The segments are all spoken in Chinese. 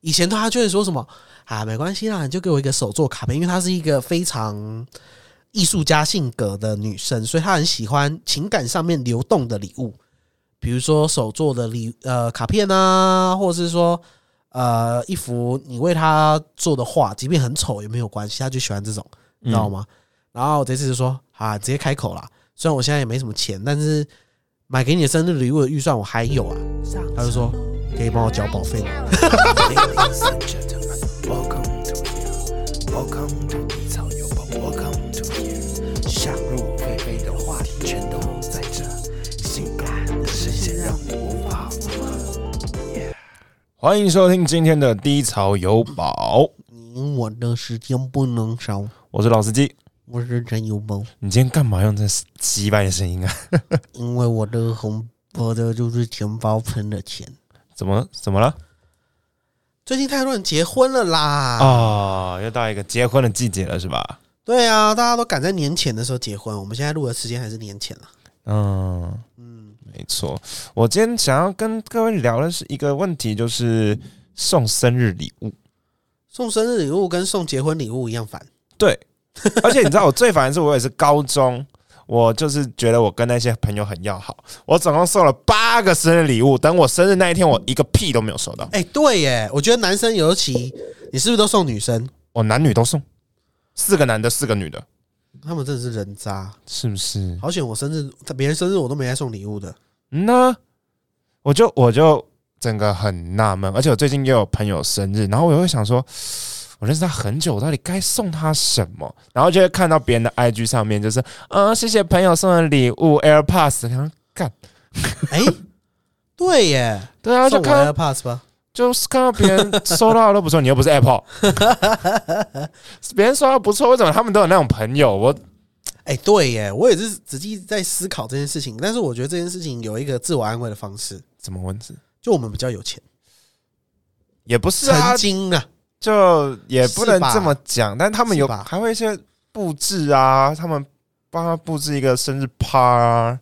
以前大家就会说什么啊，没关系啦，你就给我一个手作卡片，因为她是一个非常艺术家性格的女生，所以她很喜欢情感上面流动的礼物，比如说手做的礼呃卡片啊，或者是说呃一幅你为她做的画，即便很丑也没有关系，她就喜欢这种，你知道吗？然后我这次就说啊，直接开口啦，虽然我现在也没什么钱，但是买给你的生日礼物的预算我还有啊。他就说可以帮我交保费吗？ Ladies and gentlemen, welcome to you. Welcome to 低潮有宝，Welcome to you。想入非非的话题全都在这，性感的声线让你无法自拔。欢迎收听今天的低潮有宝，你我的时间不能少，我是老司机。我是真有梦，你今天干嘛用这鸡掰的声音啊？ 因为我的红我的就是钱包喷的钱。怎么怎么了？最近太多人结婚了啦！啊、又到一个结婚的季节了，是吧？对啊，大家都赶在年前的时候结婚。我们现在录的时间还是年前了。嗯，没错。我今天想要跟各位聊的是一个问题，就是送生日礼物。送生日礼物跟送结婚礼物一样烦。 对，而且你知道我最烦的是，我也是高中，我就是觉得我跟那些朋友很要好，我总共送了八个生日礼物，等我生日那一天，我一个屁都没有收到，哎、对耶，我觉得男生尤其，你是不是都送女生？我哦男女都送，四个男的，四个女的，他们真的是人渣。是不是？好险，我生日，别人生日我都没来送礼物的。嗯呐，我就我就整个很纳闷，而且我最近也有朋友生日，然后我又会想说，我认识他很久，我到底该送他什么？然后就会看到别人的 IG 上面就是，嗯，谢谢朋友送的礼物 AirPods，然后干，哎、对耶，对啊，就送我看到 AirPods 吧。就是看到别人收到的都不错，你又不 是 Apple，别人收到不错，为什么他们都有那种朋友？我哎、对耶，我也是仔细在思考这件事情，但是我觉得这件事情有一个自我安慰的方式，怎么文字？就我们比较有钱，也不是啊曾，经啊，就也不能是吧这么讲，但他们有是吧还会一些布置啊，他们帮他布置一个生日趴啊，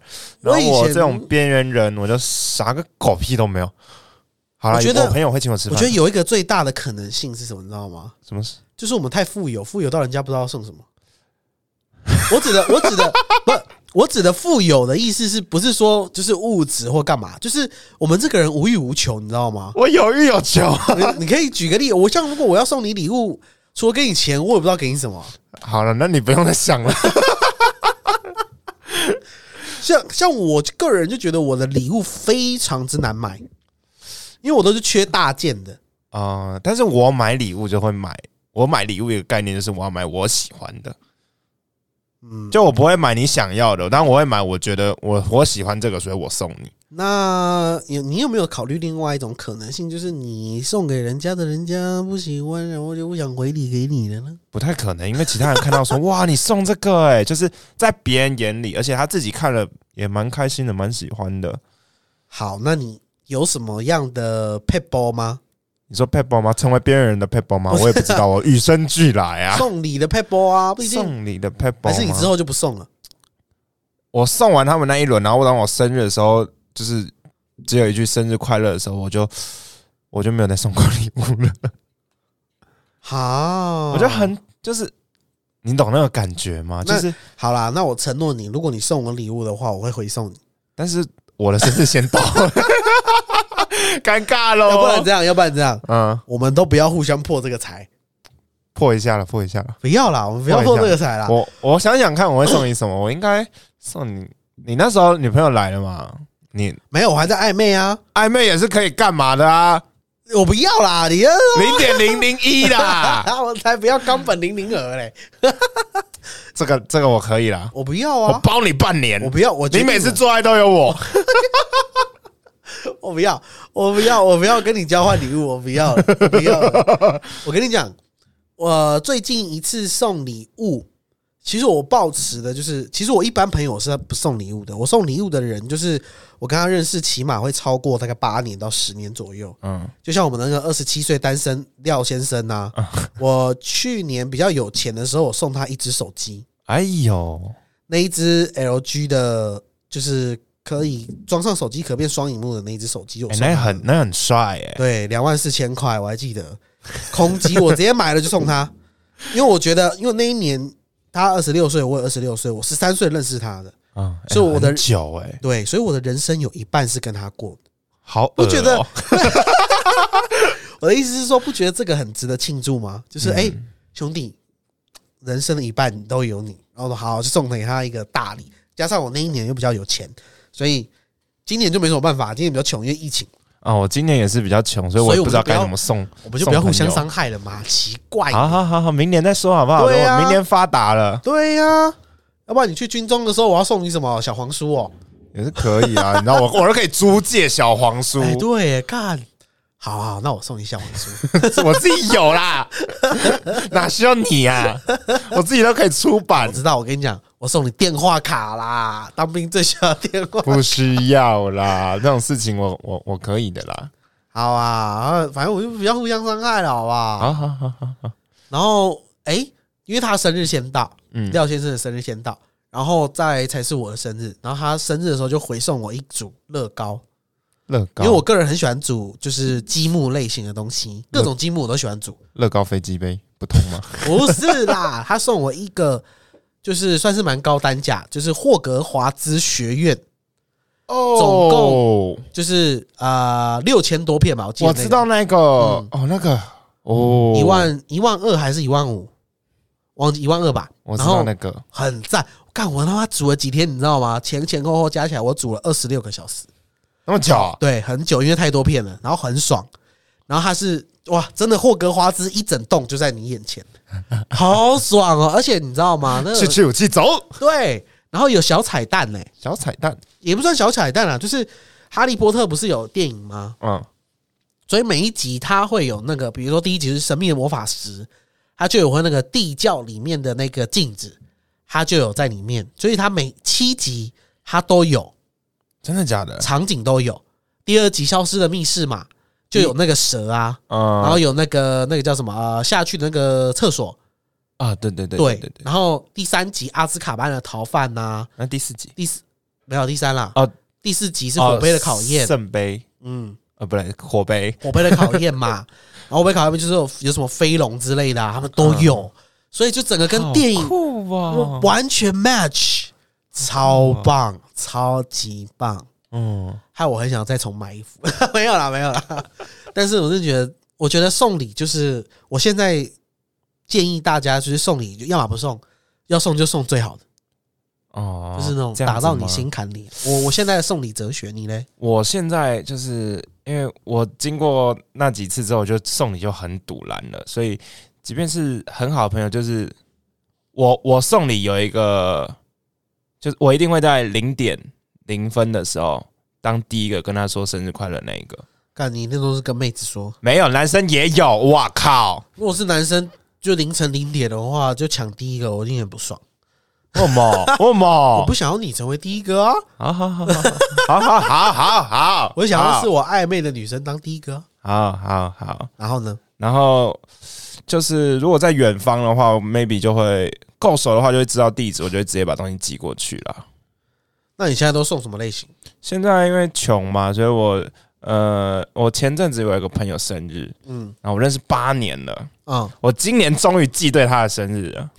我然后以前我这种边缘人，我就啥个狗屁都没有。好了，我觉得有朋友会请我吃我饭，觉得有一个最大的可能性是什么，你知道吗？什么事？就是我们太富有，富有到人家不知道送什么。我指的，我指的不，我指的富有的意思是不是说就是物质或干嘛？就是我们这个人无欲无求，你知道吗？我有欲有求。你你可以举个例，我像如果我要送你礼物，除了给你钱，我也不知道给你什么。 好了，那你不用再想 了。像像我个人就觉得我的礼物非常之难买，因为我都是缺大件的。啊、但是我买礼物就会买，我买礼物有个概念就是我要买我喜欢的，嗯，就我不会买你想要的，但我会买我觉得我我喜欢这个，所以我送你。那有你有没有考虑另外一种可能性，就是你送给人家的，人家不喜欢，然后就不想回礼给你了呢？不太可能，因为其他人看到说哇，你送这个哎、 就是在别人眼里，而且他自己看了也蛮开心的，蛮喜欢的。好，那你有什么样的 p e b l e 吗？你说 Pebble 吗？成为别人的 Pebble 啊吗？我也不知道，我与生俱来啊。送礼的 p e b l e 啊，不一定，送你的 Pebble 还是你之吗后就不送了？我送完他们那一轮，然后当我生日的时候，就是只有一句生日快乐的时候，我就我就没有再送过礼物 了。好，哦我觉得很就是你懂那个感觉吗？那就是好啦。那我承诺你，如果你送我礼物的话，我会回送你。但是我的生日先到了， 尴尬喽。要不然这样，要不然这样，嗯，我们都不要互相破这个财。破一下了，破一下了。不要啦，我们不要破这个财啦。我我想想看，我会送你什么？我应该送你，你那时候女朋友来了嘛？你没有，我还在暧昧啊！暧昧也是可以干嘛的啊？我不要啦，你啊零点零零一 啦，啊，我才不要冈本零零儿嘞！这个这个我可以啦，我不要我啊，包你半年。我不要，我决你定了每次做爱都有我，我不要，我不要，我不要跟你交换礼物，我不要，我不要了。我跟你讲，我最近一次送礼物，其实我抱持的就是，其实我一般朋友是不送礼物的，我送礼物的人就是我跟他认识，起码会超过大概八年到十年左右。嗯，就像我们那个二十七岁单身廖先生 呐、我去年比较有钱的时候，我送他一只手机，哎呦，那一只 LG 的，就是可以装上手机壳变双荧幕的那一只手机，有哎、送啊那他很那很帅哎、对，两万四千块，我还记得。空机我直接买了就送他， 因为我觉得，因为那一年他二十六岁，我也二十六岁，我十三岁认识他的，嗯，哎是我的很久哎、对，所以我的人生有一半是跟他过的。好恶哦、我觉得我的意思是说，不觉得这个很值得庆祝吗？嗯就是哎、兄弟，人生的一半都有你，然后我说好，就送给他一个大礼，加上我那一年又比较有钱，所以今年就没什么办法，今年比较穷，因为疫情，啊、我今年也是比较穷，所以所我以也我不们知道就不要该怎么送。我们就不要互相送朋啊伤害了嘛，奇怪友。好好好好，明年再说好不好？对啊我明年发达了对呀、要不然你去军中的时候，我要送你什么小黄书哦？也是可以啊，你知道我我都可以租借小黄书，哎，对，干，好好，那我送你小黄书。 我自己有啦， 哪需要你啊？我自己都可以出版我，知道，我跟你讲，我送你电话卡啦，当兵最需要电话。不需要啦，这种事情我我我可以的啦。好啊，反正我就不要互相伤害了，好不好？好好好好好，然后，哎、因为他生日先到，嗯廖先生的生日先到，然后再才是我的生日。然后他生日的时候就回送我一组乐高，乐高，嗯因为我个人很喜欢煮就是积木类型的东西，各种积木我都喜欢煮。乐高飞机杯不痛吗？不是 啦，他送我一个，就是算是蛮高单价，就是霍格华兹学院，哦 总就是呃六千多片吧，我记得、我知道，那个、哦，那个哦，嗯一万一万二还是一万五，忘记一万二吧。我知然道后那个，很赞，干我他妈煮了几天，你知道吗？前前后后加起来，我煮了二十六个小时，那么久啊，对，很久，因为太多片了，然后很爽。然后它是哇，真的霍格华兹一整栋就在你眼前，好爽哦！而且你知道吗？那去个去武器走，对，然后有小彩蛋呢、小彩蛋，也不算小彩蛋啦，啊就是《哈利波特》不是有电影吗？嗯，所以每一集它会有那个，比如说第一集是神秘的魔法石，它就有会那个地窖里面的那个镜子，它就有在里面，所以它每七集它都有真的假的？场景都有。第二集消失的密室嘛，就有那个蛇啊，嗯，然后有那个那个叫什么呃下去的那个厕所，啊，对对对对对对，然后第三集阿兹卡班的逃犯呐、那第四集第四没有第三啦，哦第四集是火杯的考验哦，圣杯，嗯，呃，不对，火杯，火杯的考验嘛，然后火杯考验就是有有什么飞龙之类的、啊，他们都有，所以就整个跟电嗯好影酷啊，完全 match，超棒，超级棒，嗯，害我很想再重买衣服， 没有啦，没有啦，但是我是觉得，我觉得送礼就是我现在建议大家就是送礼，要么不送，要送就送最好的，哦，就是那种这样打子到你吗心坎里。我我现在的送礼哲学，你嘞？我现在就是因为我经过那几次之后，我就送礼就很堵然了，所以即便是很好的朋友，就是我我送礼有一个，就是我一定会在零点零分的时候当第一个跟他说生日快乐那一个。干，你那都是跟妹子说。没有，男生也有，哇 靠！如果是男生，就凌晨零点的话，就抢第一个，我一定很不爽。我么我我么不，想要你成为第一个啊，好好好好好好好好，我想要是我暧昧的女生当第一个啊。好好好。然后呢？然后就是如果在远方的话，maybe 就会够熟的话，就会知道地址，我就会直接把东西寄过去啦。那你现在都送什么类型？现在因为穷嘛，所以我呃，我前阵子有一个朋友生日，嗯然后我认识八年了，嗯，我今年终于寄对他的生日了。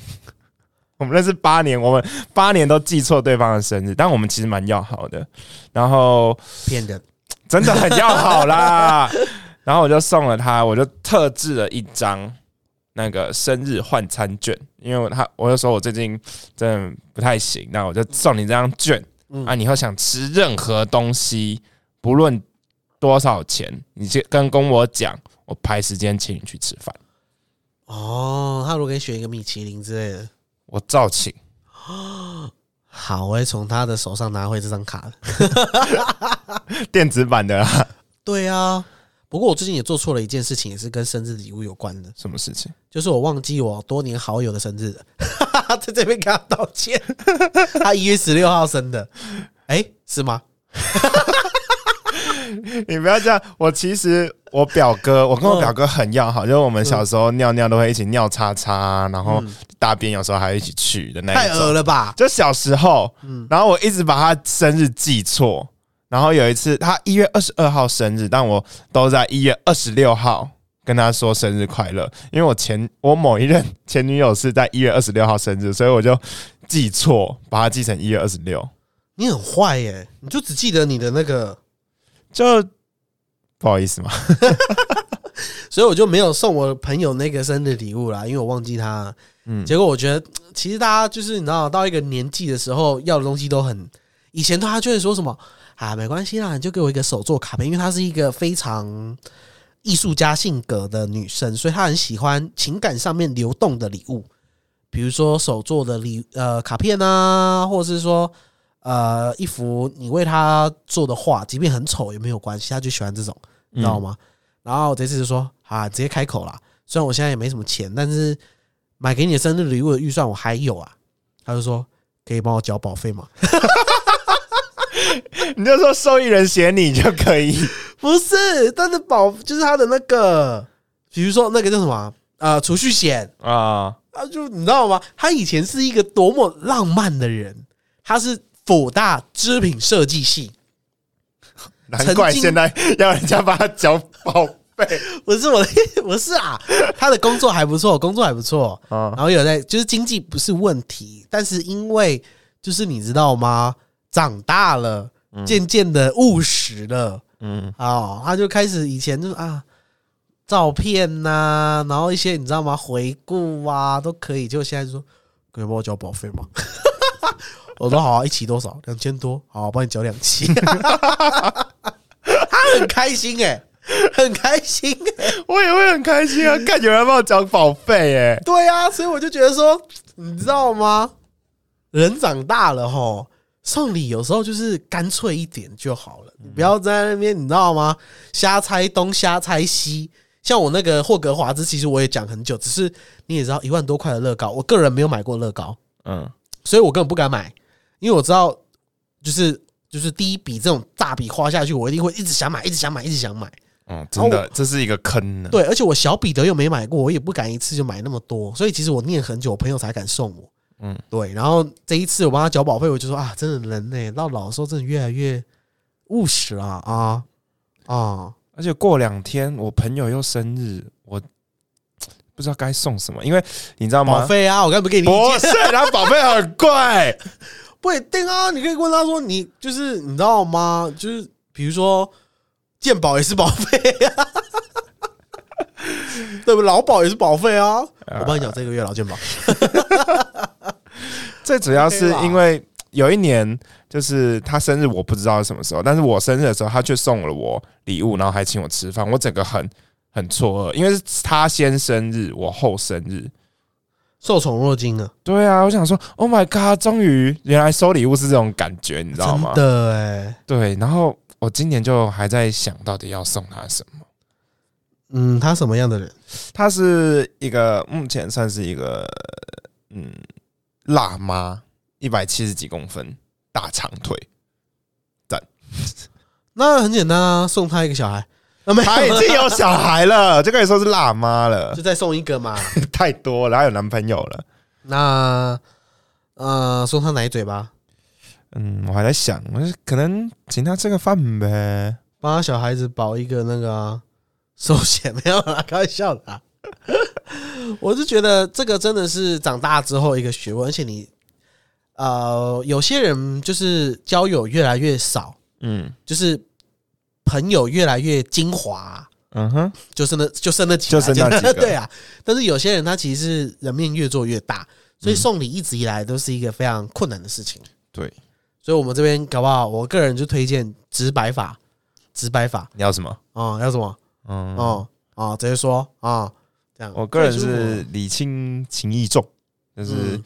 我们认识八年，我们八年都记错对方的生日，但我们其实蛮要好的。然后骗人。真的很要好啦。 然后我就送了他，我就特制了一张那个生日换餐券，因为他我就说我最近真的不太行，那我就送你这张券、嗯啊，你以后想吃任何东西，不论多少钱，你就跟跟我讲，我排时间请你去吃饭，哦，他如果给你选一个米其林之类的，我照请。好，我会从他的手上拿回这张卡的。电子版的啦，对啊，不过我最近也做错了一件事情，也是跟生日礼物有关的，什么事情？就是我忘记我多年好友的生日了， 在这边跟他道 歉。他一月十六号生的，哎、是吗？ 你不要这样，我其实我表哥，我跟我表哥很要嗯好，就是我们小时候尿尿都会一起尿叉叉，然后大便有时候还一起去的那太一种恶。了嗯吧？就小时候，然后我一直把他生日记错，然后有一次他一月二十二号生日，但我都在一月二十六号跟他说生日快乐，因为我前我某一任前女友是在一月二十六号生日，所以我就记错，把它记成一月二十六，你很坏耶、你就只记得你的那个，就不好意思嘛。所以我就没有送我朋友那个生日礼物啦，因为我忘记他了。嗯结果我觉得，其实大家就是你知道，到一个年纪的时候，要的东西都很。以前他就会说什么啊，没关系啦，你就给我一个手作卡片，因为她是一个非常艺术家性格的女生，所以她很喜欢情感上面流动的礼物，比如说手做的礼呃卡片啊，或者是说呃一幅你为她做的画，即便很丑也没有关系，她就喜欢这种，你知道吗？然后我这次就说啊，直接开口啦，虽然我现在也没什么钱，但是买给你的生日礼物的预算我还有啊。他就说可以帮我缴保费吗？ 你就说受益人写你就可以，不是，但是保就是他的那个，比如说那个叫什么啊呃储蓄险 啊，啊，就你知道吗？他以前是一个多么浪漫的人，他是辅大织品设计系，难怪曾经现在要人家帮他缴保费不是我的，不是啊，他的工作还不错，工作还不错，啊然，后有在就是经济不是问题，但是因为就是你知道吗？长大了，渐渐的务实了。嗯，哦，他就开始以前就是啊，照片呐、然后一些你知道吗？回顾啊都可以。就现在就说，可以帮我交保费吗？ 我说好、啊，一期多少？两千多，好、我帮你交两 期。他很开心哎、很开心哎、我也会很开心 啊，看有人帮我缴保费哎、对啊，所以我就觉得说，你知道吗？人长大了吼，送礼有时候就是干脆一点就好了，你不要在那边你知道吗？瞎猜东瞎猜西。像我那个霍格华兹，其实我也讲很久，只是你也知道，一万多块的乐高，我个人没有买过乐高，嗯，所以我根本不敢买，因为我知道，就是就是第一笔这种大笔花下去，我一定会一直想买，一直想买，一直想买。哦，真的，这是一个坑呢。啊对，而且我小彼得又没买过，我也不敢一次就买那么多，所以其实我念很久，我朋友才敢送我。嗯嗯，对。然后这一次我帮他缴保费，我就说啊，真的人呢、到老的时候真的越来越务实了啊啊！而且过两天我朋友又生日，我不知道该送什么，因为你知道保吗？费啊，我刚才不给你意不见，是，他保费很贵，不一定啊。你可以问他说，你就是你知道吗？就是比如说健保也是保费啊， 对不？劳保也是保费啊。哎我帮你讲这个月劳健保，最主要是因啊为有一年就是他生日，我不知道是什么时候，但是我生日的时候，他却送了我礼物，然后还请我吃饭，我整个很很错愕，因为是他先生日，我后生日。受宠若惊啊，对啊，我想说，Oh my god！终于，原来收礼物是这种感觉，你知道吗真？的哎、对，然后我今年就还在想到底要送他什么。嗯，他什么样的人？她是一个目前算是一个嗯辣妈，一百七十几公分，大长腿，那很简单啊，送他一个小孩，那、 没她已有经有小孩了，就可以说是辣妈 了就，再送一个嘛。 太多了，她有男朋友了。那呃，送他奶嘴吧，嗯，我还在想，我是可能请她吃个饭呗。帮他小孩子保一个那个啊 寿险， 没有啦， 开玩笑的、啊。我是觉得这个真的是长大之后一个学问，而且你呃，有些人就是交友越来越少，嗯就是朋友越来越精华啊、嗯哼，就剩那就剩那几个啊，就剩那几 个对啊。但是有些人他其实是人面越做越大，嗯所以送礼一直以来都是一个非常困难的事情。对，所以我们这边搞不好，我个人就推荐直白法，直白法你要什么？啊、要什么？嗯，哦、哦，直接说啊、这样。我个人最舒服是礼轻情意重，就是嗯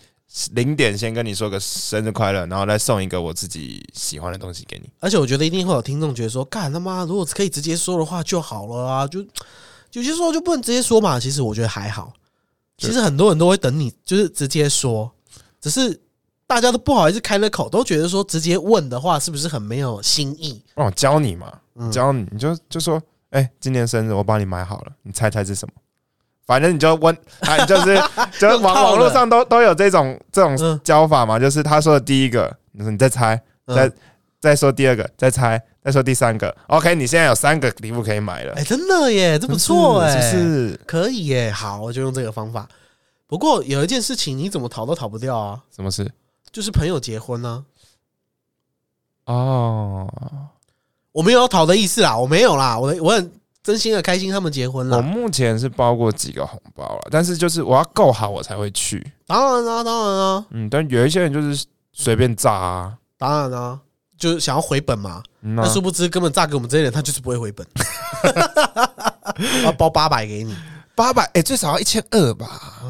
零点先跟你说个生日快乐，然后再送一个我自己喜欢的东西给你。而且我觉得一定会有听众觉得说，干他妈，如果可以直接说的话就好了啊，就有些时候就不能直接说嘛。其实我觉得还好，对其实很多人都会等你，就是直接说，只是大家都不好意思开了口，都觉得说直接问的话是不是很没有新意？让我教你嘛，嗯教你，你就就说，哎、今年生日我帮你买好了，你猜猜是什么？反正你就问，啊，你就是就是用网套网络了上都都有这种这种嗯教法嘛，就是他说的第一个，你说你再猜，再嗯，再说第二个，再猜，再说第三个。OK，你现在有三个礼物可以买了，哎，真的耶，这不错哎，嗯是不是可以耶，好，我就用这个方法。不过有一件事情你怎么逃都逃不掉啊，什么事？就是朋友结婚啊呢、哦，我没有要逃的意思啦，我没有啦，我我很真心的开心他们结婚我啦。目前是包过几个红包了，但是就是我要够好我才会去。当然啦、当然啦、嗯，但有一些人就是随便炸啊，当然啦、就是想要回本嘛。嗯啊那殊不知根本炸给我们这些人，他就是不会回 本。我要包八百给你八百，哎，最少要一千二吧，啊！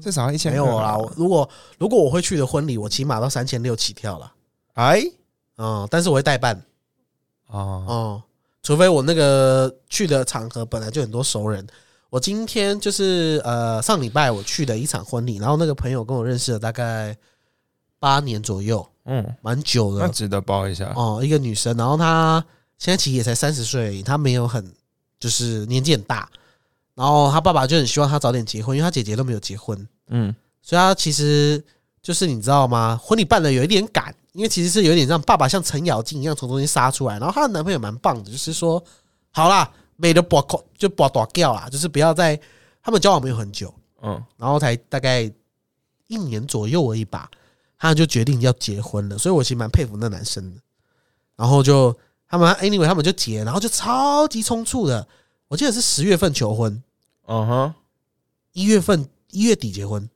最少要一千。没有啦，我如果如果我会去的婚礼，我起码到三千六起跳啦。哎，嗯，但是我会代办哦，哦、除非我那个去的场合本来就很多熟人。我今天就是呃上礼拜我去的一场婚礼，然后那个朋友跟我认识了大概八年左右，嗯，蛮久那的值得包一下。哦，一个女生，然后她现在其实也才三十岁而已，她没有很就是年纪很大，然后她爸爸就很希望她早点结婚，因为她姐姐都没有结婚，嗯，所以她其实就是你知道吗？婚礼办的有一点赶，因为其实是有点让爸爸像程咬金一样从中间杀出来，然后她的男朋友蛮棒的，就是说好啦，没得bỏ 就bỏ 躲掉啦，啊就是不要再他们交往没有很久，嗯，然后才大概一年左右而已吧，他就决定要结婚了。所以我其实蛮佩服那男生的。然后就他们 anyway 他们就结，然后就超级冲促的，我记得是十月份求婚，嗯哼，一月份一月底结婚，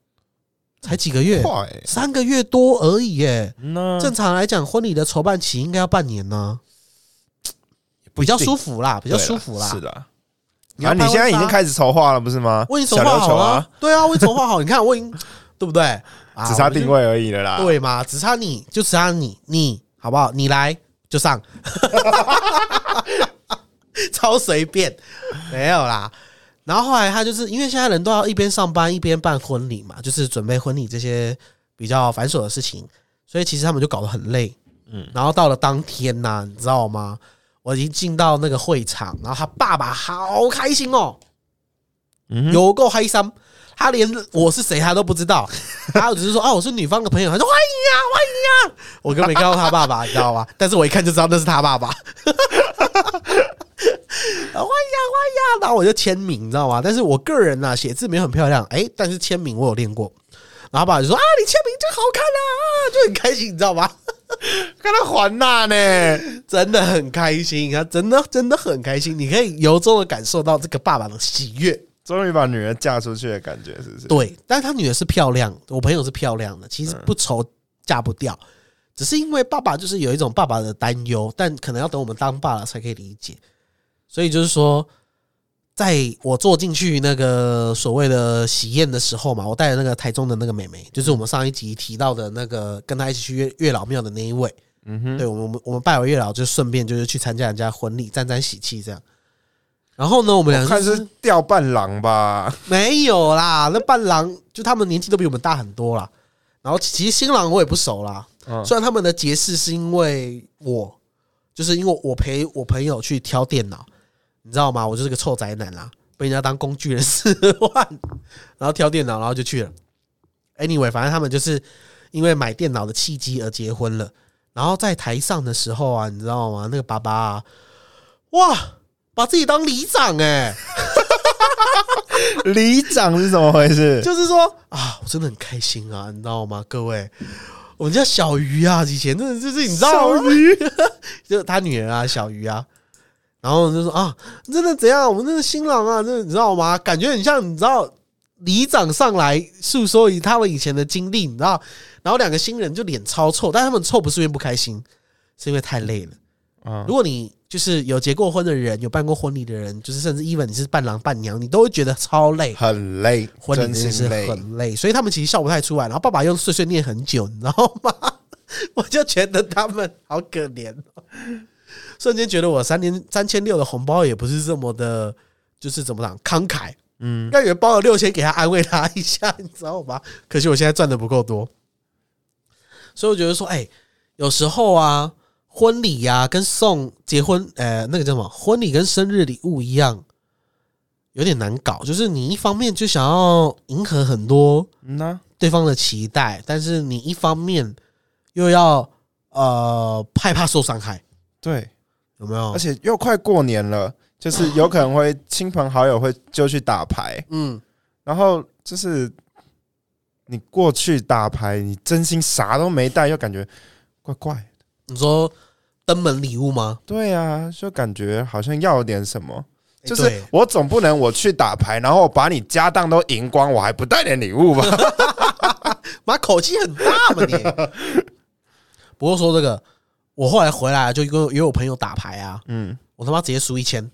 才几个月，快欸，三个月多而已耶。那正常来讲，婚礼的筹办期应该要半年呢、比较舒服，服啦，比比较舒服啦。是的。要啊，你现在已经开始筹划了，不是吗？我已经筹小划琉球好了、啊，对啊，我已经筹划好，你看我已经对不对？啊只差我们就定位而已了啦。，对嘛？只差你就只差你，你好不好？你来就上， 超随便，没有啦。然后后来他就是因为现在人都要一边上班一边办婚礼嘛，就是准备婚礼这些比较繁琐的事情，所以其实他们就搞得很累。嗯，然后到了当天呐、你知道吗？我已经进到那个会场，然后他爸爸好开心哦，嗯哼有够嗨桑，他连我是谁他都不知道，他只是说啊我是女方的朋友，他说欢迎啊欢迎啊，我根本没看到他爸爸，你知道吗？但是我一看就知道那是他爸爸， 欢迎啊欢迎啊，然后我就签名，你知道吗？但是我个人呢、啊、写字没有很漂亮，哎、但是签名我有练过，然后他爸爸就说啊你签名真好看啊，就很开心，你知道吗？ 看他还那呢，真的很开心啊，真的真的很开心，你可以由衷的感受到这个爸爸的喜悦。终于把女儿嫁出去的感觉，是不是？对，但是她女儿是漂亮，我朋友是漂亮的，其实嗯不愁嫁不掉，只是因为爸爸就是有一种爸爸的担忧，但可能要等我们当爸了才可以理解。所以就是说，在我坐进去那个所谓的喜宴的时候嘛，我带着那个台中的那个妹妹，就是我们上一集提到的那个跟她一起去月月老庙的那一位，嗯哼，对我们我们我们拜完月老就顺便就是去参加人家婚礼，沾沾喜气这样。然后呢，我们俩我就哦看是吊伴郎吧？ 没有啦，那伴郎就他们年纪都比我们大很多啦。然后其实新郎我也不熟啦，嗯虽然他们的结识是因为我，就是因为我陪我朋友去挑电脑，你知道吗？我就是个臭宅男啦，被人家当工具人使唤， 然后挑电脑，然后就去了。Anyway，反正他们就是因为买电脑的契机而结婚了。然后在台上的时候啊，你知道吗？那个爸爸、啊，哇，把自己当里长哎、里长是怎么回事？ 就是说啊，我真的很开心啊，你知道吗，各位？我们家小鱼啊，以前真的就是你知道吗？鱼，就是他女儿啊，小鱼啊，然后就说啊，真的怎样？我们那个新郎啊，真的你知道吗？感觉很像你知道里长上来诉说以他们以前的经历，你知道？然后两个新人就脸超臭，但他们臭不是因为不开心，是因为太累了。嗯如果你就是有结过婚的人，有办过婚礼的人，就是甚至 even 你是伴郎伴娘，你都会觉得超累。很累，婚礼真真的心是累。很累，所以他们其实笑不太出来。然后爸爸又碎碎念很久，你知道吗？我就觉得他们好可怜、哦，瞬间觉得我三年三千六的红包也不是这么的，就是怎么讲慷慨。嗯，要有包了六千给他安慰他一下，你知道吗？ 可惜我现在赚的不够多，所以我觉得说，哎、有时候啊，婚礼呀、跟送结婚，呃，那个叫什么婚礼跟生日礼物一样，有点难搞。就是你一方面就想要迎合很多嗯呐、对方的期待，但是你一方面又要呃害怕受伤害，对，有没有？而且又快过年了，就是有可能会亲朋好友会就去打牌，嗯，然后就是你过去打牌，你真心啥都没带，又感觉怪怪的。你说登门礼物吗？对啊，就感觉好像要点什么。就对是我总不能我去打牌，然后把你家当都赢光，我还不带点礼物吧？ 妈口气很大嘛你。 不过说这个，我后来回来就跟约我朋友打牌啊，嗯，我他妈直接输一 千，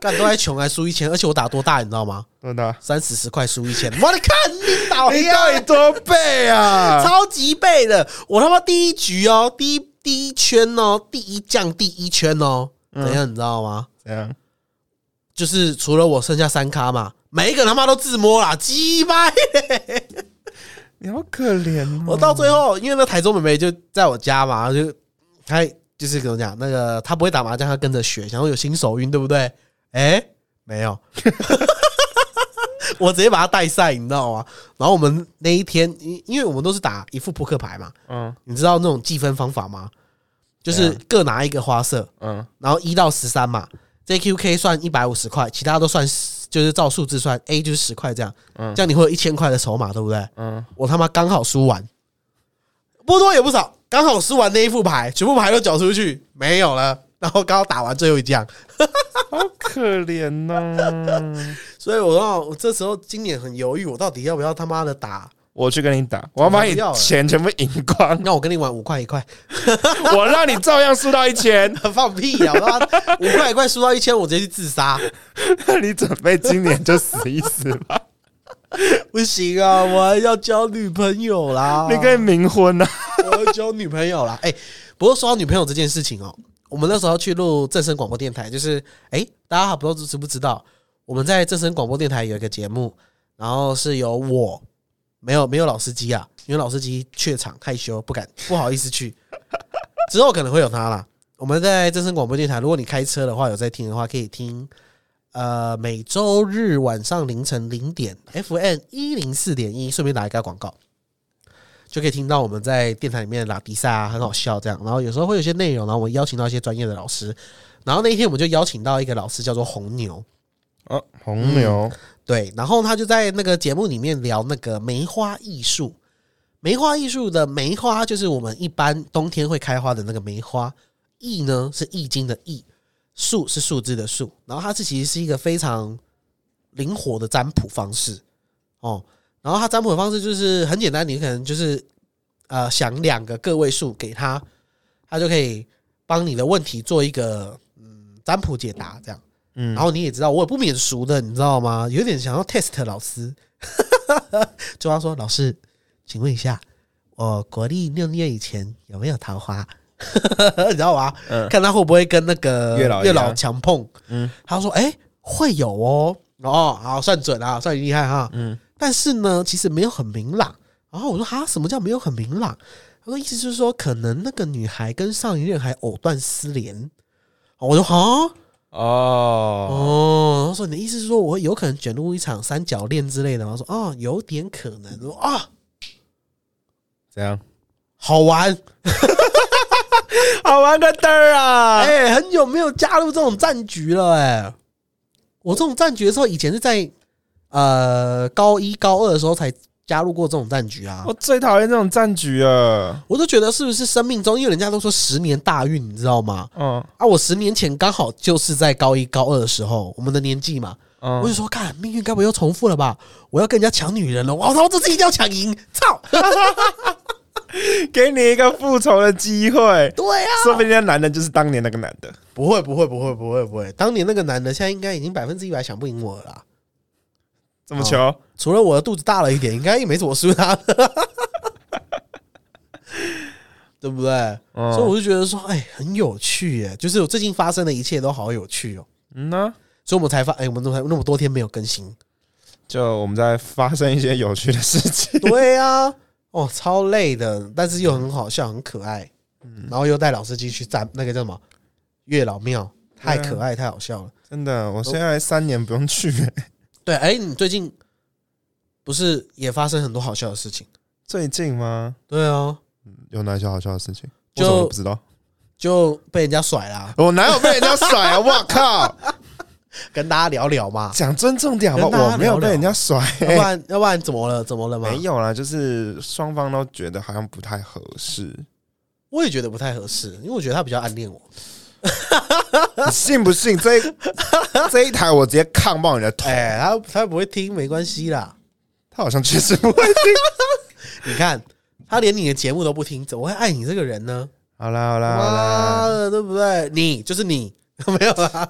干都还穷还输一千，而且我打多大你知道吗？真的啊，哦三四十块输一千，我的看你倒你黑到底啊，多背 啊？超级背的，我他妈第一局哦，第一第一圈哦，第一将第一圈哦，怎样你知道吗？怎样？就是除了我剩下三咖嘛，每一个他妈都自摸啦，鸡掰你好可怜我哦！到最后，因为那台中妹妹就在我家嘛，就她就是怎么讲，那个她不会打麻将，她跟着学，想说有新手运，对不对？哎、没有， 我直接把她带赛，你知道吗？然后我们那一天，因因为我们都是打一副扑克牌嘛，嗯你知道那种计分方法吗？就是啊各拿一个花色，嗯，然后一到十三嘛，JQK 算一百五十块，其他都算就是照数字算，A 就是十块这样，嗯这样你会有一千块的筹码，对不对？嗯，我他妈刚好输完，不多也不少，刚好输完那一副牌，全部牌都缴出去，没有了。然后刚好打完最后一将，好可怜哦呐！所以我让我这时候今年很犹豫，我到底要不要他妈的 打？我去跟你打，我要把你钱全部赢光，那我跟你玩五块一 块，我让你照样输到一千。 放屁呀、我他妈五块一块输到一千，我直接去自杀，你准备今年就死一死 吧，不行啊！我还要交女朋友啦， 你可以冥婚啊！ 我要交女朋友啦。哎、不过说到女朋友这件事情哦，我们那时候去录正声广播电台，就是哎、大家不知道知不知道，我们在正声广播电台有一个节目，然后是由我没有没有老司机啊，因为老司机怯场害羞，不敢不好意思去，之后可能会有他啦。我们在正声广播电台，如果你开车的话有在听的话，可以听。呃，每周日晚上凌晨零点，FM 一零四点一，顺便打一个广告。就可以听到我们在电台里面的拉迪赛啊，很好笑这样。然后有时候会有一些内容，然后我们邀请到一些专业的老师。然后那一天我们就邀请到一个老师叫做红牛，啊，红牛，对，然后他就在那个节目里面聊那个梅花艺术。梅花艺术的梅花就是我们一般冬天会开花的那个梅花，艺呢是易经的易，树是树枝的树。然后它是其实是一个非常灵活的占卜方式哦。然后它占卜的方式就是很简单，你可能就是呃想两个个位数给他，他就可以帮你的问题做一个嗯占卜解答这样。嗯然后你也知道，我也不免俗的，你知道吗？有点想要 test 老师， 就他说：“老师，请问一下，我国历六月以前有没有桃花？” 你知道吗？嗯看他会不会跟那个月老一样月老强碰。嗯他说：“哎、会有哦，哦，好，算准啊，算厉害哈。嗯但是呢，其实没有很明朗。然后我说哈，什么叫没有很明朗？他说意思就是说，可能那个女孩跟上一任还藕断丝连。我说啊哈，嗯哦，哦，他说你的意思是说我有可能卷入一场三角恋之类的吗？我说哦，有点可能。我说啊，怎样？好玩，好玩个嘚儿啊！哎、很久没有加入这种战局了、哎，我这种战局的时候，以前是在呃高一高二的时候才加入过这种战局啊。我最讨厌这种战局啊了。我都觉得是不是生命中，因为人家都说十年大运，你知道吗？嗯啊，我十年前刚好就是在高一高二的时候，我们的年纪嘛，我就嗯，说，看命运该不会又重复了吧？我要跟人家抢女人了，我操，这次一定要抢赢！操，给你一个复仇的机会，对啊， 说不定那男的就是当年那个男的。不会，不会，不会，不会，不会。当年那个男的，现在应该已经百分之一百想不赢我了啦，这么球，除了我的肚子大了一点，应该也没怎么输他的， 对不对？嗯所以我就觉得说，哎，很有趣耶，就是我最近发生的一切都好有趣哦，嗯呢，所以我们才发，哎，我们才那么多天没有更新，就我们在发生一些有趣的事情。 对啊，哦，超累的，但是又很好笑，很可爱。然后又带老司机去站那个叫什么月老庙，太可爱太好笑了。 真的，我现在三年不用去、对，哎、你最近不是也发生很多好笑的事情？ 最近吗？对啊，有哪些好笑的事情？我就怎么不知道？就被人家甩啦，我哪有被人家甩啊！ 我靠，跟大家聊聊 嘛，讲尊重点好不跟大好？家我啊没有被聊聊人家甩、要不然要不然怎么了？怎么了嘛？哎 没，有啦，就是双方都觉得好像不太合适。我也觉得不太合适，因为我觉得他比较暗恋我。你信不信 这一这一台我直接抗爆你的头？哎、他他不会听没关系啦，他好像确实不会。你看他连你的节目都不听，怎么会爱你这个人呢？ 好啦好啦好妈啦，的，对不对？你就是你， 没有啦。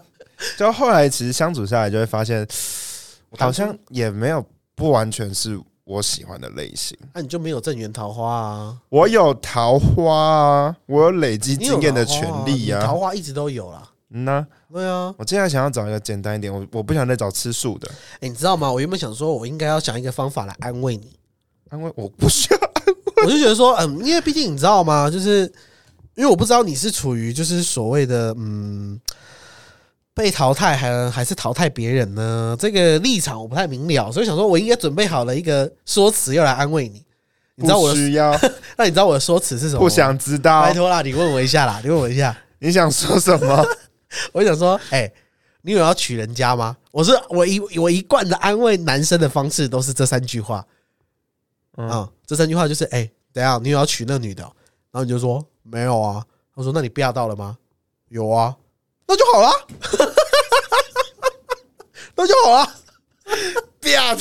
就后来其实相处下来就会发现，好当初像也没有不完全是我喜欢的类型。那、你就没有正缘桃花啊？我有桃花啊，我有累积你有经验的桃权花啊利你桃啊。花一直都有啦。嗯呐、对啊，我现在想要找一个简单一点，我我不想再找吃素的，哎、你知道吗？我原本想说，我应该要想一个方法来安慰你。因为我不需要。我就觉得说，嗯，因为毕竟你知道吗？就是因为我不知道你是处于就是所谓的嗯被淘汰还还是淘汰别人呢，这个立场我不太明了，所以想说我应该准备好了一个说辞要来安慰你。你知道我的，不需 要，那你知道我的说辞是什么吗？不想知道拜。托啦，你问我一下啦，你问我一下。你想说什么？ 我想说，哎、你有要娶人家吗？我是我一我一贯的安慰男生的方式都是这三句话，啊、嗯这三句话就是，哎、怎样？你有要娶那女的哦？然后你就说没有啊。他说，那你吓到了吗？有啊，那就好啦， 那就好啦。啪！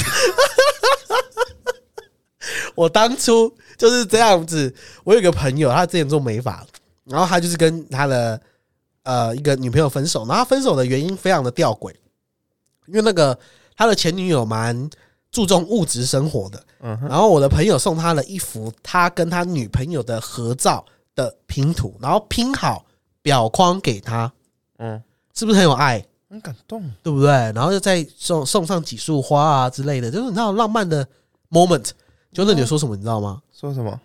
我当初就是这样子。我有一个朋友，他之前做美发，然后他就是跟他的呃一个女朋友分手，然后他分手的原因非常的吊诡，因为那个他的前女友蛮注重物质生活的，嗯哼然后我的朋友送他了一幅他跟他女朋友的合照的拼图，然后拼好表框给他， 嗯，是不是很有爱？很感动。对不对？然后就再送送上几束花啊之类的，就是你知道浪漫的 moment。就那女的说什么，你知道吗？说什么？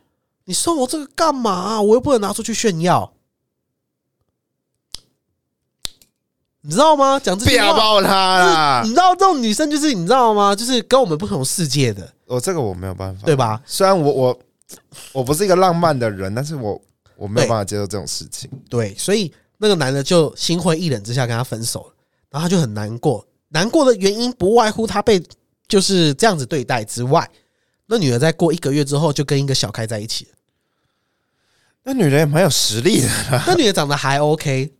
你送我这个干嘛啊、我又不能拿出去炫耀，你知道吗？讲这不些要话，抱他你 啦！知道这种女生就是你知道吗？就是跟我们不同世界的，我哦这个我没有办法，对？吧？虽然我我我不是一个浪漫的人，但是我我没有对办法接受这种事情。对，所以那个男的就心灰意冷之下跟他分手了，然后他就很难过，难过的原因不外乎他被就是这样子对待之外，那女的在过一个月之后就跟一个小开在一起了。 那女人也蛮有实力的，那女的长得还 OK，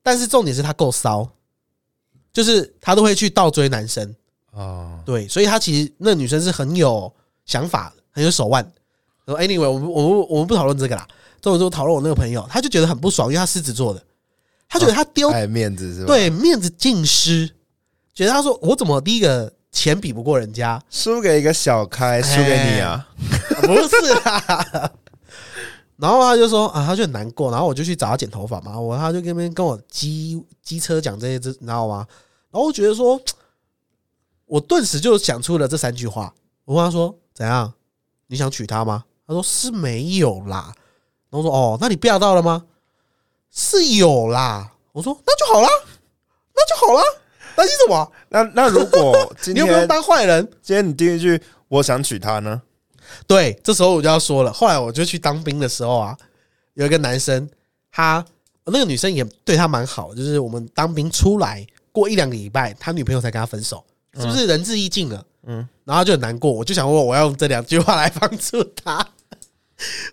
但是重点是她够骚，就是她都会去倒追男生。哦，对，所以她其实那女生是很有想法的，很有手腕的。然后 anyway，我们我们我们不讨论这个啦，重点是我讨论我那个朋友，他就觉得很不爽，因为他狮子座的，他觉得他丢、爱面子是哎吧？，对面子尽失，觉得他说我怎么第一个钱比不过人家，输给一个小开，输给你啊！ 不是啦。然后他就说啊，他就很难过，然后我就去找他剪头发嘛，我他就跟那边跟我机机车讲这些，这你知道吗？然后我觉得说，我顿时就想出了这三句话。我问他说怎样？你想娶她吗？他说是没有啦。然后我说哦，那你不要到了吗？是有啦。我说那就好啦，那就好啦，担心什么？那那如果今哎 你又不用天当坏人。今天你第一句我想娶她呢？对，这时候我就要说了。后来我就去当兵的时候啊，有一个男生，他那个女生也对他蛮好，就是我们当兵出来过一两个礼拜，他女朋友才跟他分手，是不是仁至义尽了？嗯嗯，然后他就很难过，我就想问，我要用这两句话来帮助他。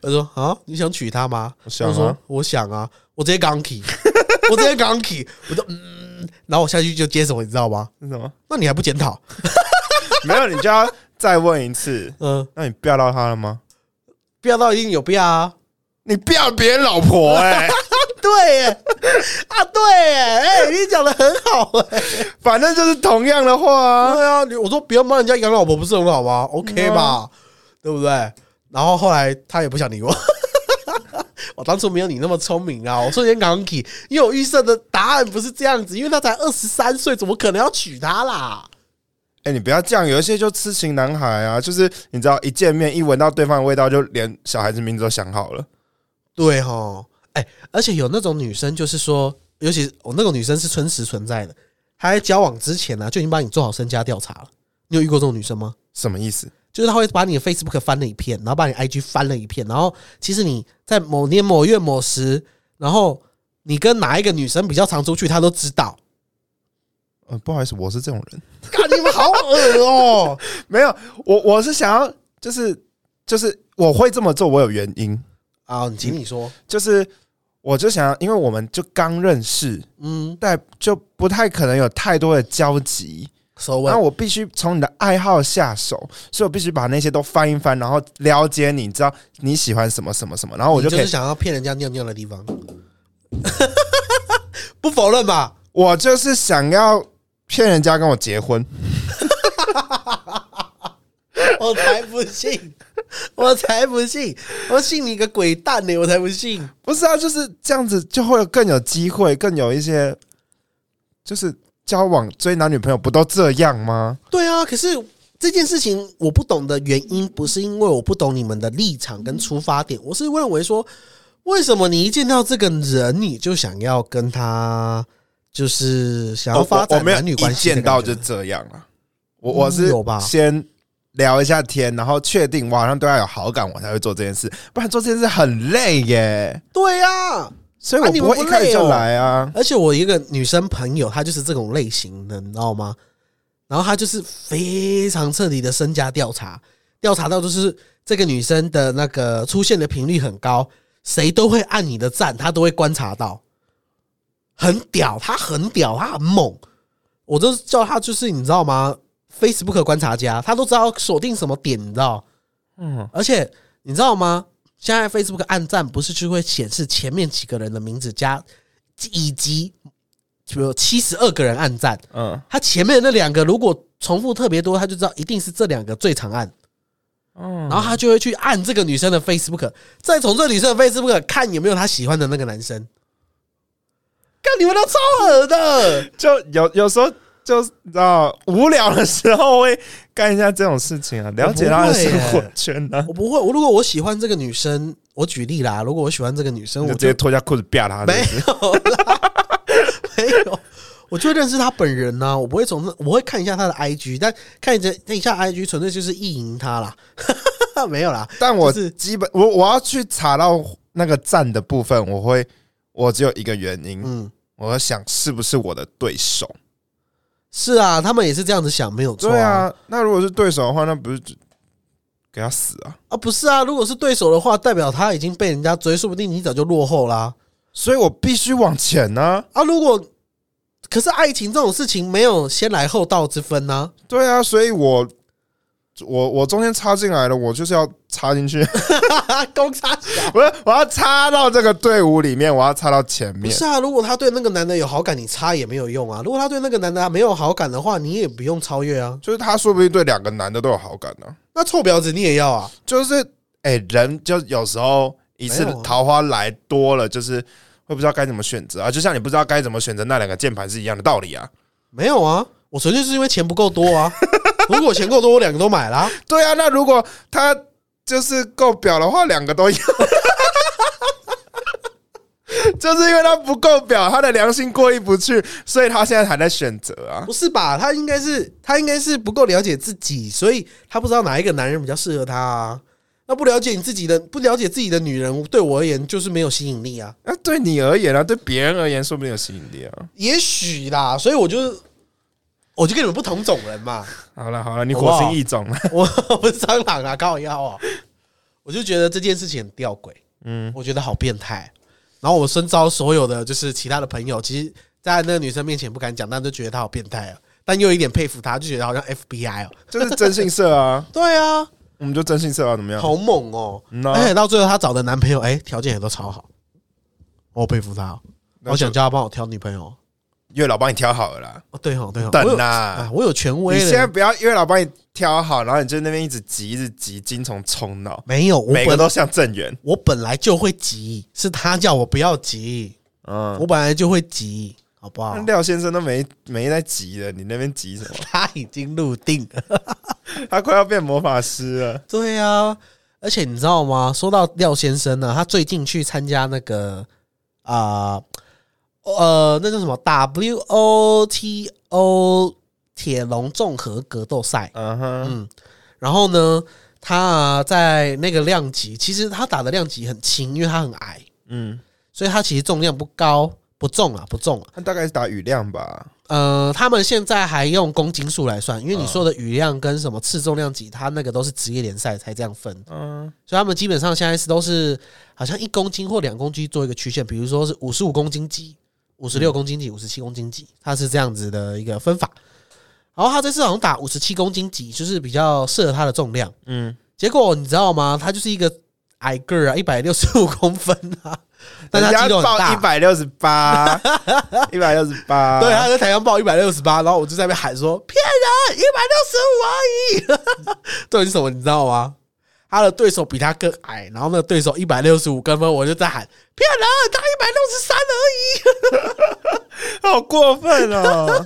我说啊，你想娶她吗？我想啊他说我想啊，我直接刚起， 我直接刚起，我就嗯，然后我下去就接什么，你知道吗？是什么？那你还不检讨？没有，你就要再问一次。嗯，那你飙到她了吗？不要到一定有必要啊。你飙别人老婆哎、对耶，啊对耶，哎、你讲的很好哎、 反正就是同样的话、啊。对啊，你嗯我说不要帮人家养老婆不是很好吗？OK 吧，对不对？然后后来他也不想理我， 我当初没有你那么聪明啊，我瞬间刚 k 因为我预设的答案不是这样子，因为他才二十三岁，怎么可能要娶她啦？哎、你不要这样，有一些就痴情男孩啊，就是你知道一见面一闻到对方的味道，就连小孩子名字都想好了。对哈，哎、而且有那种女生，就是说，尤其我那种女生是真实存在的，她在交往之前呢、就已经帮你做好身家调查了。你有遇过这种女生吗？什么意思？就是她会把你的 Facebook 翻了一遍，然后把你 IG 翻了一遍，然后其实你在某年某月某时，然后你跟哪一个女生比较常出去，她都知道。呃，不好意思，我是这种人，看你们好恶哦、 没有，我我是想要，就是就是我会这么做，我有原因，啊，请你嗯说，就是我就想要，因为我们就刚认识，嗯，但就不太可能有太多的交集，手那问，我必须从你的爱好下手，所以我必须把那些都翻一翻，然后了解你，知道你喜欢什么什么什么，然后我你就就可以，是想要骗人家尿尿的地方， 不否认吧？我就是想要骗人家跟我结婚，我才不信，我才不信，我信你个鬼蛋呢、我才不信。不是啊，就是这样子就会更有机会，更有一些，就是交往追男女朋友不都这样吗？对啊，可是这件事情我不懂的原因，不是因为我不懂你们的立场跟出发点，我是认为说，为什么你一见到这个人，你就想要跟他，就是想哦要发展男女关系的见感觉？到就这样啊，我我嗯是有吧先。聊一下天，然后确定我好像对他有好感，我才会做这件事，不然做这件事很累耶。对啊。所以啊我你不们会不一开始累就哦来啊。而且我一个女生朋友，她就是这种类型的，你知道吗？然后她就是非常彻底的身家调查，调查到就是这个女生的那个出现的频率很高，谁都会按你的赞，她都会观察到，很屌，她很屌，她很猛。我都叫她就是你知道吗？Facebook 观察家，她都知道锁定什么点，你知道？嗯，而且你知道吗？现在 Facebook 按赞不是就会显示前面几个人的名字加以及就七十二个人按赞，嗯，它前面的那两个如果重复特别多，他就知道一定是这两个最常按，哦然后他就会去按这个女生的 Facebook，再从这个女生的 Facebook 看有没有她喜欢的那个男生。看你们都超狠的， 就有有时候就是你知道无聊的时候会干一下这种事情啊，了解他的生活圈呢、啊，我不会。我如果我喜欢这个女生，我举例啦，如果我喜欢这个女生，就我直就接脱下裤子啪他。没有啦，没有。我就会认识他本人呐、我不会从我会看一下他的 IG，但看一下看一下 IG，纯粹就是意淫他啦， 没有啦。但我就是基本我我要去查到那个赞的部分，我会我只有一个原因，嗯，我想是不是我的对手？是啊，他们也是这样子想，没有错对啊，那如果是对手的话，那不是就给他死啊？啊，不是啊，如果是对手的话，代表他已经被人家追，说不定你早就落后啦。所以我必须往前呢、啊。啊，如果可是爱情这种事情没有先来后到之分呐、对啊，所以我我我中间插进来了，我就是要插进去。 啊， 公差小。不是，我要插到这个队伍里面，我要插到前不面。是啊，如果他对那个男的有好感，你插也没有用啊。如果他对那个男的没有好感的话，你也不用超越啊。就是他说不定对两个男的都有好感呢、那臭婊子你也要啊？就是，哎、人就有时候一次没有啊桃花来多了，就是会不知道该怎么选择啊。就像你不知道该怎么选择那两个键盘是一样的道理啊。没有啊，我纯粹是因为钱不够多啊。如果钱够多，我两个都买啦、对啊，那如果他就是够表的话，两个都要。 就是因为他不够表，他的良心过意不去，所以他现在还在选择啊。不是吧？他应该是他应该是不够了解自己，所以他不知道哪一个男人比较适合他啊。那不了解你自己的，不了解自己的女人，对我而言就是没有吸引力啊。那对你而言啊，对别人而言，说不定有吸引力啊。也许啦，所以我就我就跟你们不同种人嘛。好了好了，你好不火好星异种了。 我我不是蟑螂啊，高腰哦。我就觉得这件事情很吊诡，嗯，我觉得好变态。然后我深遭所有的就是其他的朋友，其实在那个女生面前不敢讲，但就觉得她好变态啊。但又有一点佩服她，就觉得好像 FBI 哦。就是征信社啊，对啊，我们就征信社啊，怎么样？好猛哦！嗯啊而且到最后她找的男朋友，哎，条件也都超好，我佩服她哦。那就我想叫她帮我挑女朋友哦。月老帮你挑好了啦，哦，对哦，对哦，等啊啦，，我有权你威现在了。不要月老帮你挑好，然后你就那边一直急，一直急，精虫充脑，没有，我每个本都像郑源，我本来就会急，是他叫我不要急，嗯，我本来就会急，好不好那？廖先生都没没在急了，你那边急什么？他已经入定了。他快要变魔法师了，对啊，而且你知道吗？说到廖先生呢、他最近去参加那个啊呃，那叫什么 WOTO 铁笼综合格斗赛，嗯哼，嗯，然后呢，他啊在那个量级，其实他打的量级很轻，因为他很矮，嗯，所以他其实重量不高，不重啊，不重啊。他大概是打雨量吧，呃，他们现在还用公斤数来算，因为你说的羽量跟什么次重量级，他那个都是职业联赛才这样分，嗯所以他们基本上现在是都是好像一公斤或两公斤做一个区限，比如说是五十五公斤级、五十六公斤级、五十七公斤级，它是这样子的一个分法。然后他这次好像打五十七公斤级，就是比较适合他的重量。嗯，结果你知道吗？他就是一个矮个儿啊，一百六十五公分啊，但他肌肉很大一，百六十 八，一百六十八，对，他啊在台上报一百六十八，然后我就在那边喊说骗人，一百六十五而已。 对，是什么你知道吗？他的对手比他更矮，然后那个对手一百六十五公分，我就在喊骗人，他一百六十三而已。好过分 哦，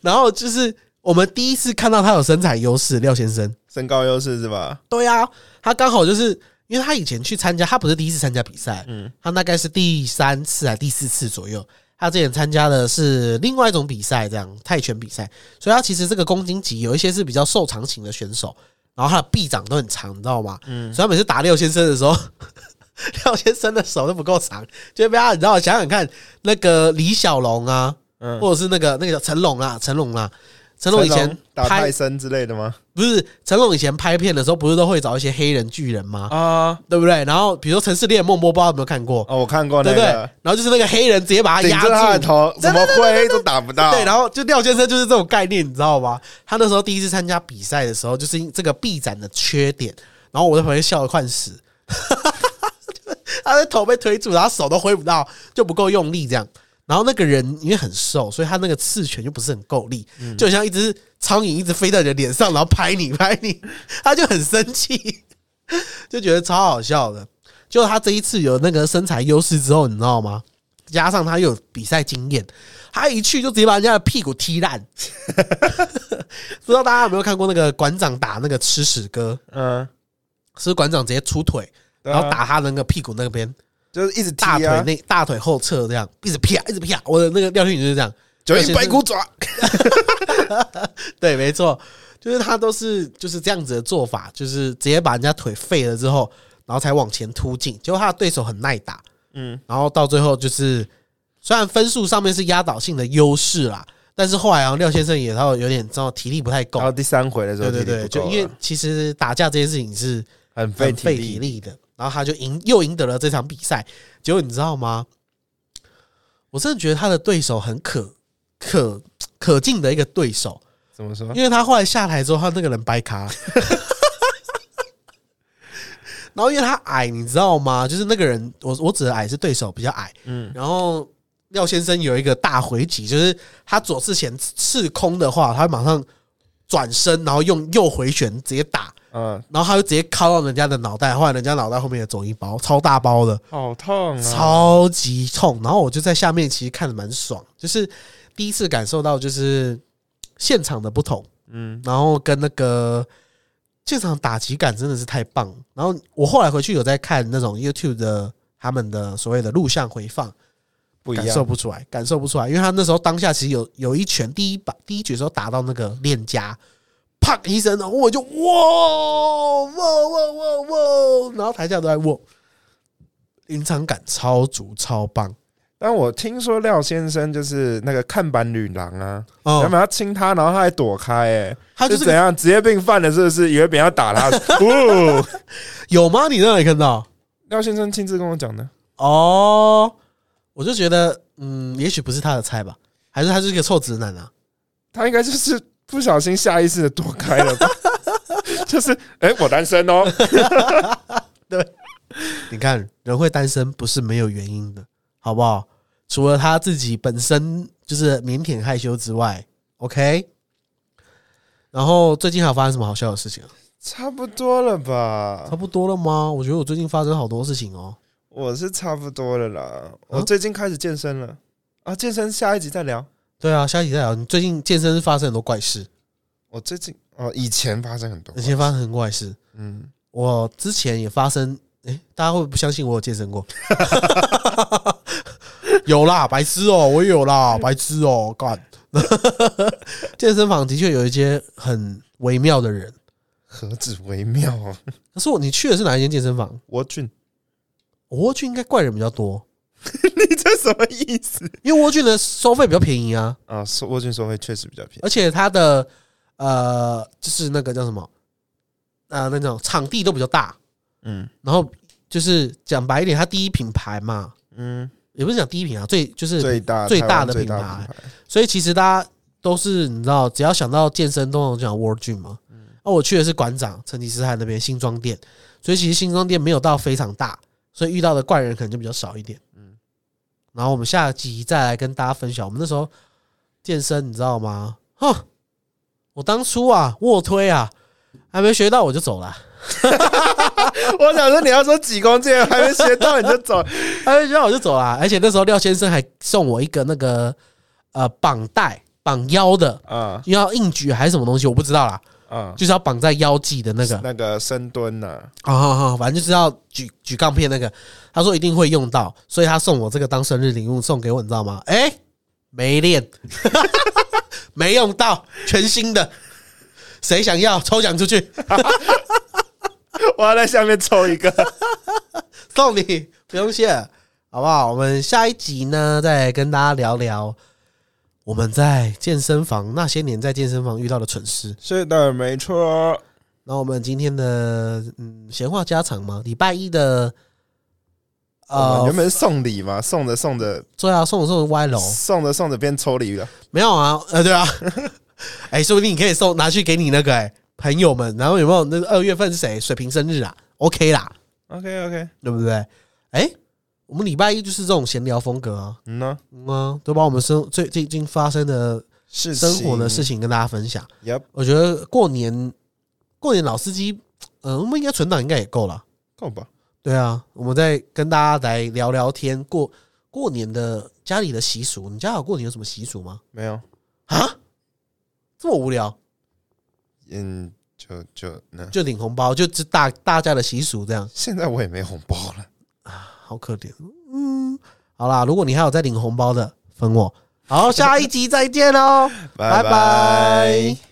然后就是我们第一次看到他有身材优势，廖先生。身高优势是吧？对啊，他刚好就是因为他以前去参加，他不是第一次参加比赛，嗯，他大概是第三次还第四次左右。他之前参加的是另外一种比赛，这样泰拳比赛，所以他其实这个公斤级有一些是比较瘦长型的选手，然后他的臂掌都很长，你知道吗？嗯，所以他每次打廖先生的时候， 廖先生的手都不够长，就会被他你知道，想想看，那个李小龙啊，嗯或者是那个那个叫成龙啊，成龙啊，成龙以前打拍泰森之类的吗？不是成龙以前拍片的时候，不是都会找一些黑人巨人吗？啊，对不对？然后比如说《城市猎人默默》，不知道有没有看过，哦，我看过对那不对？个然，后就是那个黑人直接把他顶压着他的住，头，对怎么挥都打不到，对，然后就廖先生就是这种概念，你知道吗？他那时候第一次参加比赛的时候，就是这个臂展的缺点，然后我在旁边笑得快死， 他的头被推住，然后手都挥不到，就不够用力这样。然后那个人因为很瘦，所以他那个刺拳就不是很够力，嗯就很像一只苍蝇一直飞到你的脸上，然后拍你拍你， 他就很生气， 就觉得超好笑的。就他这一次有那个身材优势之后，你知道吗？加上他又有比赛经验，他一去就直接把人家的屁股踢烂。 不知道大家有没有看过那个馆长打那个吃屎哥，嗯，是馆长直接出腿，对啊然后打他的那个屁股那边，就是一直踢大腿啊，那大腿后侧这样，一直啪一直啪。我的那个廖俊宇就是这样，九而且阴是白骨爪，对，没错，就是他都是就是这样子的做法，就是直接把人家腿废了之后，然后才往前突进。结果他的对手很耐打，嗯，然后到最后就是虽然分数上面是压倒性的优势啦，但是后来好像廖先生也到有点知道体力不太够然，后第三回的时候对啊体对力不够对，就了，因为其实打架这件事情是很费很体费体力，力的，然后他就赢又赢得了这场比赛。结果你知道吗？我真的觉得他的对手很可可可敬的一个对手，怎么说？因为他后来下台之后，他那个人掰咖，然后因为他矮，你知道吗？就是那个人，我我指的矮是对手比较矮，嗯，然后廖先生有一个大回击，就是他左刺前刺空的话，他会马上转身，然后用右回旋直接打，嗯，然后他就直接敲到人家的脑袋，后来人家脑袋后面也肿一包，超大包的，好痛啊！超级痛。然后我就在下面其实看的蛮爽，就是第一次感受到就是现场的不同，嗯，然后跟那个现场打击感真的是太棒了。然后我后来回去有在看那种 YouTube 的他们的所谓的录像回放，不一感受样，不出来，感受不出来，因为他那时候当下其实有有一拳，第一把第一局的时候打到那个链家，啪一声，然后我就哇哇哇哇哇，然后台下都在哇，临场感超足超棒但我听说廖先生就是那个看板女郎啊，原哦，本要亲他，然后他还躲开，他哎，就是是怎个样职业病犯了是不是？以为别人要打 他，不，有吗？你那里看到廖先生亲自跟我讲的，哦，我就觉得嗯，也许不是他的菜吧，还是他就是一个臭直男啊。他应该就是不小心下意识的躲开 了吧。就是，哎、我单身 哦，你看，人会单身不是没有原因的，好不好？除了他自己本身就是腼腆害羞之外，OK。然后最近还有发生什么好笑的事情啊？差不多了吧差？不多了吗？我觉得我最近发生好多事情哦。我是差不多了啦，我嗯最近开始健身了啊，健身下一集再聊。对啊，下一集再聊。你最近健身发生很多怪事，我最近哦，以前发生很多以，前发生很多怪事。嗯，我之前也发生，诶，大家会不会不相信我有健身过？ 有啦，白痴哦、我也有啦，白痴哦、干。 健身房的确有一些很微妙的人，何止微妙 啊！可是我你去的是哪一间健身房？我俊，我蜗居应该怪人比较多，你这什么意思？因为蜗居的收费比较便宜啊，啊，是我俊收费确实比较便宜。而且它的呃，就是那个叫什么，呃，那种场地都比较大，嗯然后就是讲白一点，它第一品牌嘛，嗯，也不是讲第一品牌，啊最就是最大最台大湾的最品大牌牌， 所以其实大家都是你知道，只要想到健身，都能讲 World Gym 嘛。那、我去的是馆长成吉思汗那边新庄店，所以其实新庄店没有到非常大，所以遇到的怪人可能就比较少一点。嗯，然后我们下集再来跟大家分享，我们那时候健身，你知道吗？哼，我当初啊卧推啊还没学到我就走了，我想说你要说几公斤还没学到你就走， 还没学到我就走了，而且那时候廖先生还送我一个那个呃绑带绑腰的。啊要硬举还是什么东西，我不知道啦。啊，就是要绑在腰际的那个，那个深蹲呐，啊啊啊！反正就是要举举杠片那个。他说一定会用到，所以他送我这个当生日礼物送给我，你知道吗？哎、没练， 没用到，全新的，谁想要抽奖出去 我要在下面抽一个。 送你，不用谢，好不好？我们下一集呢，再跟大家聊聊我们在健身房那些年在健身房遇到的蠢事。是的，没错。那我们今天的嗯闲话家常嘛，礼拜一的我们呃哦原，本是送礼嘛，送着送着，对啊，送我送我歪楼送着送着变抽礼了。没有啊？呃，对啊， 哎、说不定你可以送拿去给你那个、哎朋友们，然后有没有那个二月份是谁水瓶生日啊？OK 啦， OK OK，对不对？哎、我们礼拜一就是这种闲聊风格啊，嗯呢，嗯啊，都把我们生最最近发生的是生活的事情。情跟大家分享。 Yep，我觉得过年过年老司机，呃，我们应该存档应该也够了。够吧？对啊，我们再跟大家来聊聊天，过过年的家里的习俗。你家有过年有什么习俗吗？没有，啊，这么无聊，嗯，就就那。就领红包，就这大大家的习俗这样，现在我也没红包了，好可怜。嗯，好啦，如果你还哦有在领红包的，分我。好，下一集再见喽，拜拜拜